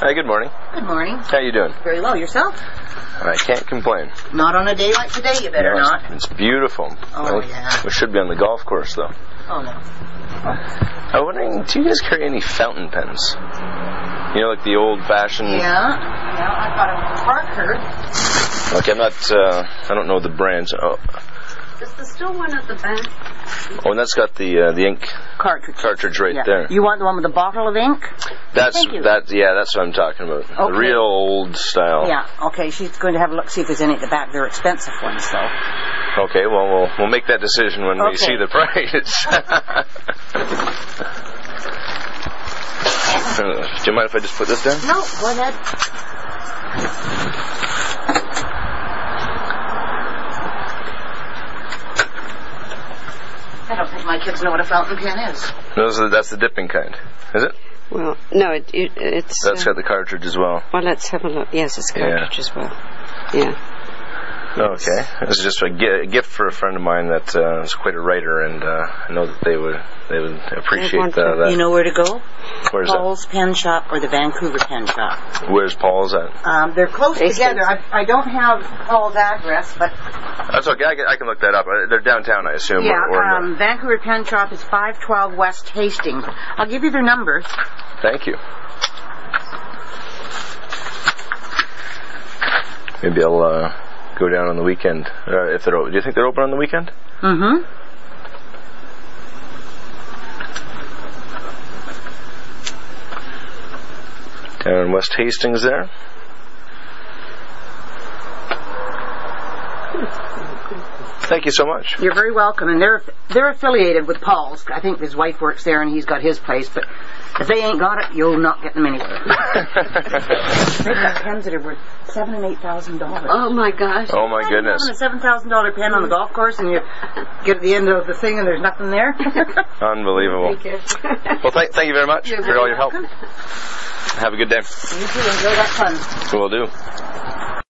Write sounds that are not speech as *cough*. Hey, good morning. Good morning. How you doing? Very well. Yourself? I can't complain. Not on a day like today, you better No, it's- not. It's beautiful. Oh, Well, yeah. We should be on the golf course, though. Oh, no. I'm wondering, do you guys carry any fountain pens? You know, like the old-fashioned. Yeah. Yeah, I've got a marker. Like I'm not. Uh, I don't know the brands. Oh, Is there still one at the back? oh and that's got the uh, the ink Cartridge. cartridge right yeah. there. You want the one with the bottle of ink? That's Thank you. that. Yeah, that's what I'm talking about. The Okay. real old style. Yeah. Okay, she's going to have a look, see if there's any at the back. They're expensive ones, though. Okay. Well, we'll we'll make that decision when we Okay. see the price. *laughs* Uh, do you mind if I just put this down? No, go ahead. I don't think my kids know what a fountain pen is. Those are, that's the dipping kind, is it? Well, no, it, it, it's. That's uh, got the cartridge as well. well, let's have a look. Yes, it's Yeah. cartridge as well. Yeah. Okay, this is just a, gi- a gift for a friend of mine that uh, is quite a writer, and uh, I know that they would they would appreciate want the, to- that. You know where to go? where's that? Paul's Pen Shop or the Vancouver Pen Shop. Where's Paul's at? Um, they're close They together. I, I don't have Paul's address, but That's okay. I can, I can look that up. Uh, They're downtown, I assume. yeah, or- or in um, Vancouver Pen Shop is 512 West Hastings. I'll give you their numbers. the- thank you. Maybe I'll uh, go down on the weekend. Uh, if they're, o- do you think they're open on the weekend? Mm-hmm. Down in West Hastings, there. Thank you so *laughs* much. You're very welcome, and they're they're affiliated with Paul's. I think his wife works there, and he's got his place. But if they ain't got it, you'll not get them anywhere. They've got pens that are worth seven and eight thousand dollars. Oh my gosh. Oh my goodness. a seven thousand dollar pen on the golf course, and you get to the end of the thing, and there's nothing there. *laughs* Unbelievable. Thank you. Well, thank, thank you very much for all your help. Have a good day. you too. Enjoy that fun. Will do.